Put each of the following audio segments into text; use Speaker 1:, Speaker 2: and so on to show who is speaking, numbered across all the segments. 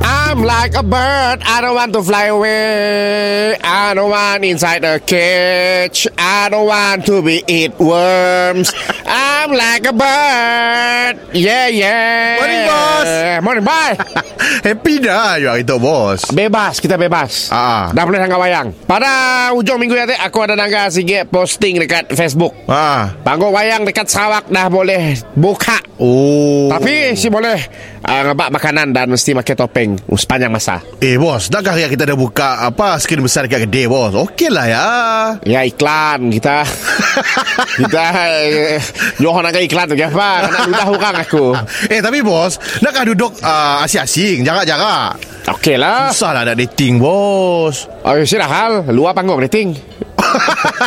Speaker 1: I'm like a bird. I don't want to fly away. I don't want inside a cage. I don't want to be eat worms. I'm like a bird. Yeah, yeah.
Speaker 2: Morning, boss.
Speaker 1: Morning, boy.
Speaker 2: Happy dah you hari tu bos
Speaker 1: Bebas, kita bebas.
Speaker 2: Ah.
Speaker 1: Dah boleh tangkap wayang. Pada hujung minggu nanti, aku ada nangka sikit posting dekat Facebook.
Speaker 2: Ah.
Speaker 1: Panggung wayang dekat Sarawak dah boleh buka.
Speaker 2: Oh
Speaker 1: Tapi si boleh uh, ngebak makanan dan mesti pakai topeng sepanjang masa.
Speaker 2: Eh bos Dah kali kita dah buka Apa Skrin besar dekat gede bos Okey lah ya
Speaker 1: Ya iklan kita Kita eh, Johon akan iklan tu Apa Nak ludah orang aku
Speaker 2: Eh tapi bos Nak kah duduk uh, Asing-asing Jarak-jarak
Speaker 1: Okey lah
Speaker 2: Susah lah nak dating bos
Speaker 1: Oh sila hal Luar panggung dating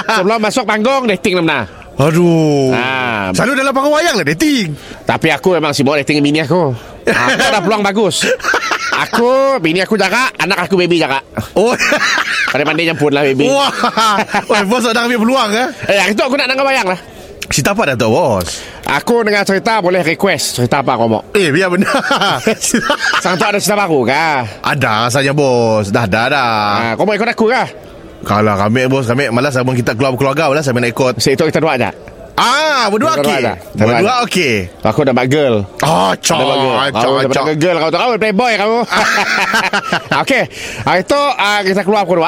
Speaker 1: Sebelum masuk panggung Dating lah, lemna
Speaker 2: Aduh
Speaker 1: Ah.
Speaker 2: Selalu dalam panggung wayang lah dating
Speaker 1: Tapi aku memang sibuk dating bini aku Aku ada peluang bagus Aku Bini aku jaga Anak aku baby jaga
Speaker 2: Oh
Speaker 1: Pandai-pandai jemput lah baby
Speaker 2: Wah Wah bos nak ambil peluang eh
Speaker 1: Eh hari tu aku nak dengar bayang lah
Speaker 2: Cerita apa dah tu bos
Speaker 1: Aku dengar cerita Boleh request Cerita apa kau mau
Speaker 2: Eh biar benar
Speaker 1: Sang tu ada cerita baru kah
Speaker 2: Ada rasanya bos Dah dah dah
Speaker 1: Ah, Kau mau ikut aku kah
Speaker 2: Kalau kami bos kami malas lah, abang kita keluar keluarga malas sampai nak ikut.
Speaker 1: Seitu kita dua je
Speaker 2: Ah, berdua
Speaker 1: Berdua
Speaker 2: okey.
Speaker 1: dah.
Speaker 2: Berdua okey.
Speaker 1: Aku dah bak girl
Speaker 2: Oh, cok.
Speaker 1: Ada bagi Kau dah
Speaker 2: Cok,
Speaker 1: bagi girl Kau tu kau playboy kamu Okey Hari tu ah, Kita keluar pukul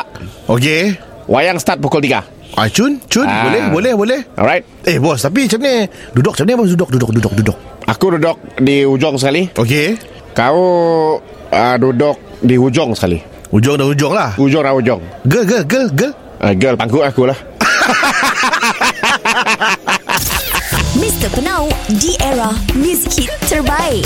Speaker 1: 2
Speaker 2: Okey.
Speaker 1: Wayang start pukul 3
Speaker 2: Ah, cun, cun,
Speaker 1: Ah.
Speaker 2: boleh, boleh, boleh.
Speaker 1: Alright
Speaker 2: Eh, bos, tapi macam ni. Duduk macam ni, bos. Duduk, duduk, duduk, duduk.
Speaker 1: Aku duduk di ujung sekali
Speaker 2: Okey.
Speaker 1: Kau ah, duduk di hujung sekali
Speaker 2: Ujung dah ujung lah.
Speaker 1: Ujung dah hujung
Speaker 2: Girl, girl, girl, girl.
Speaker 1: Ah, Girl pangku aku lah
Speaker 3: Mr. Penau, di era music hit terbaik.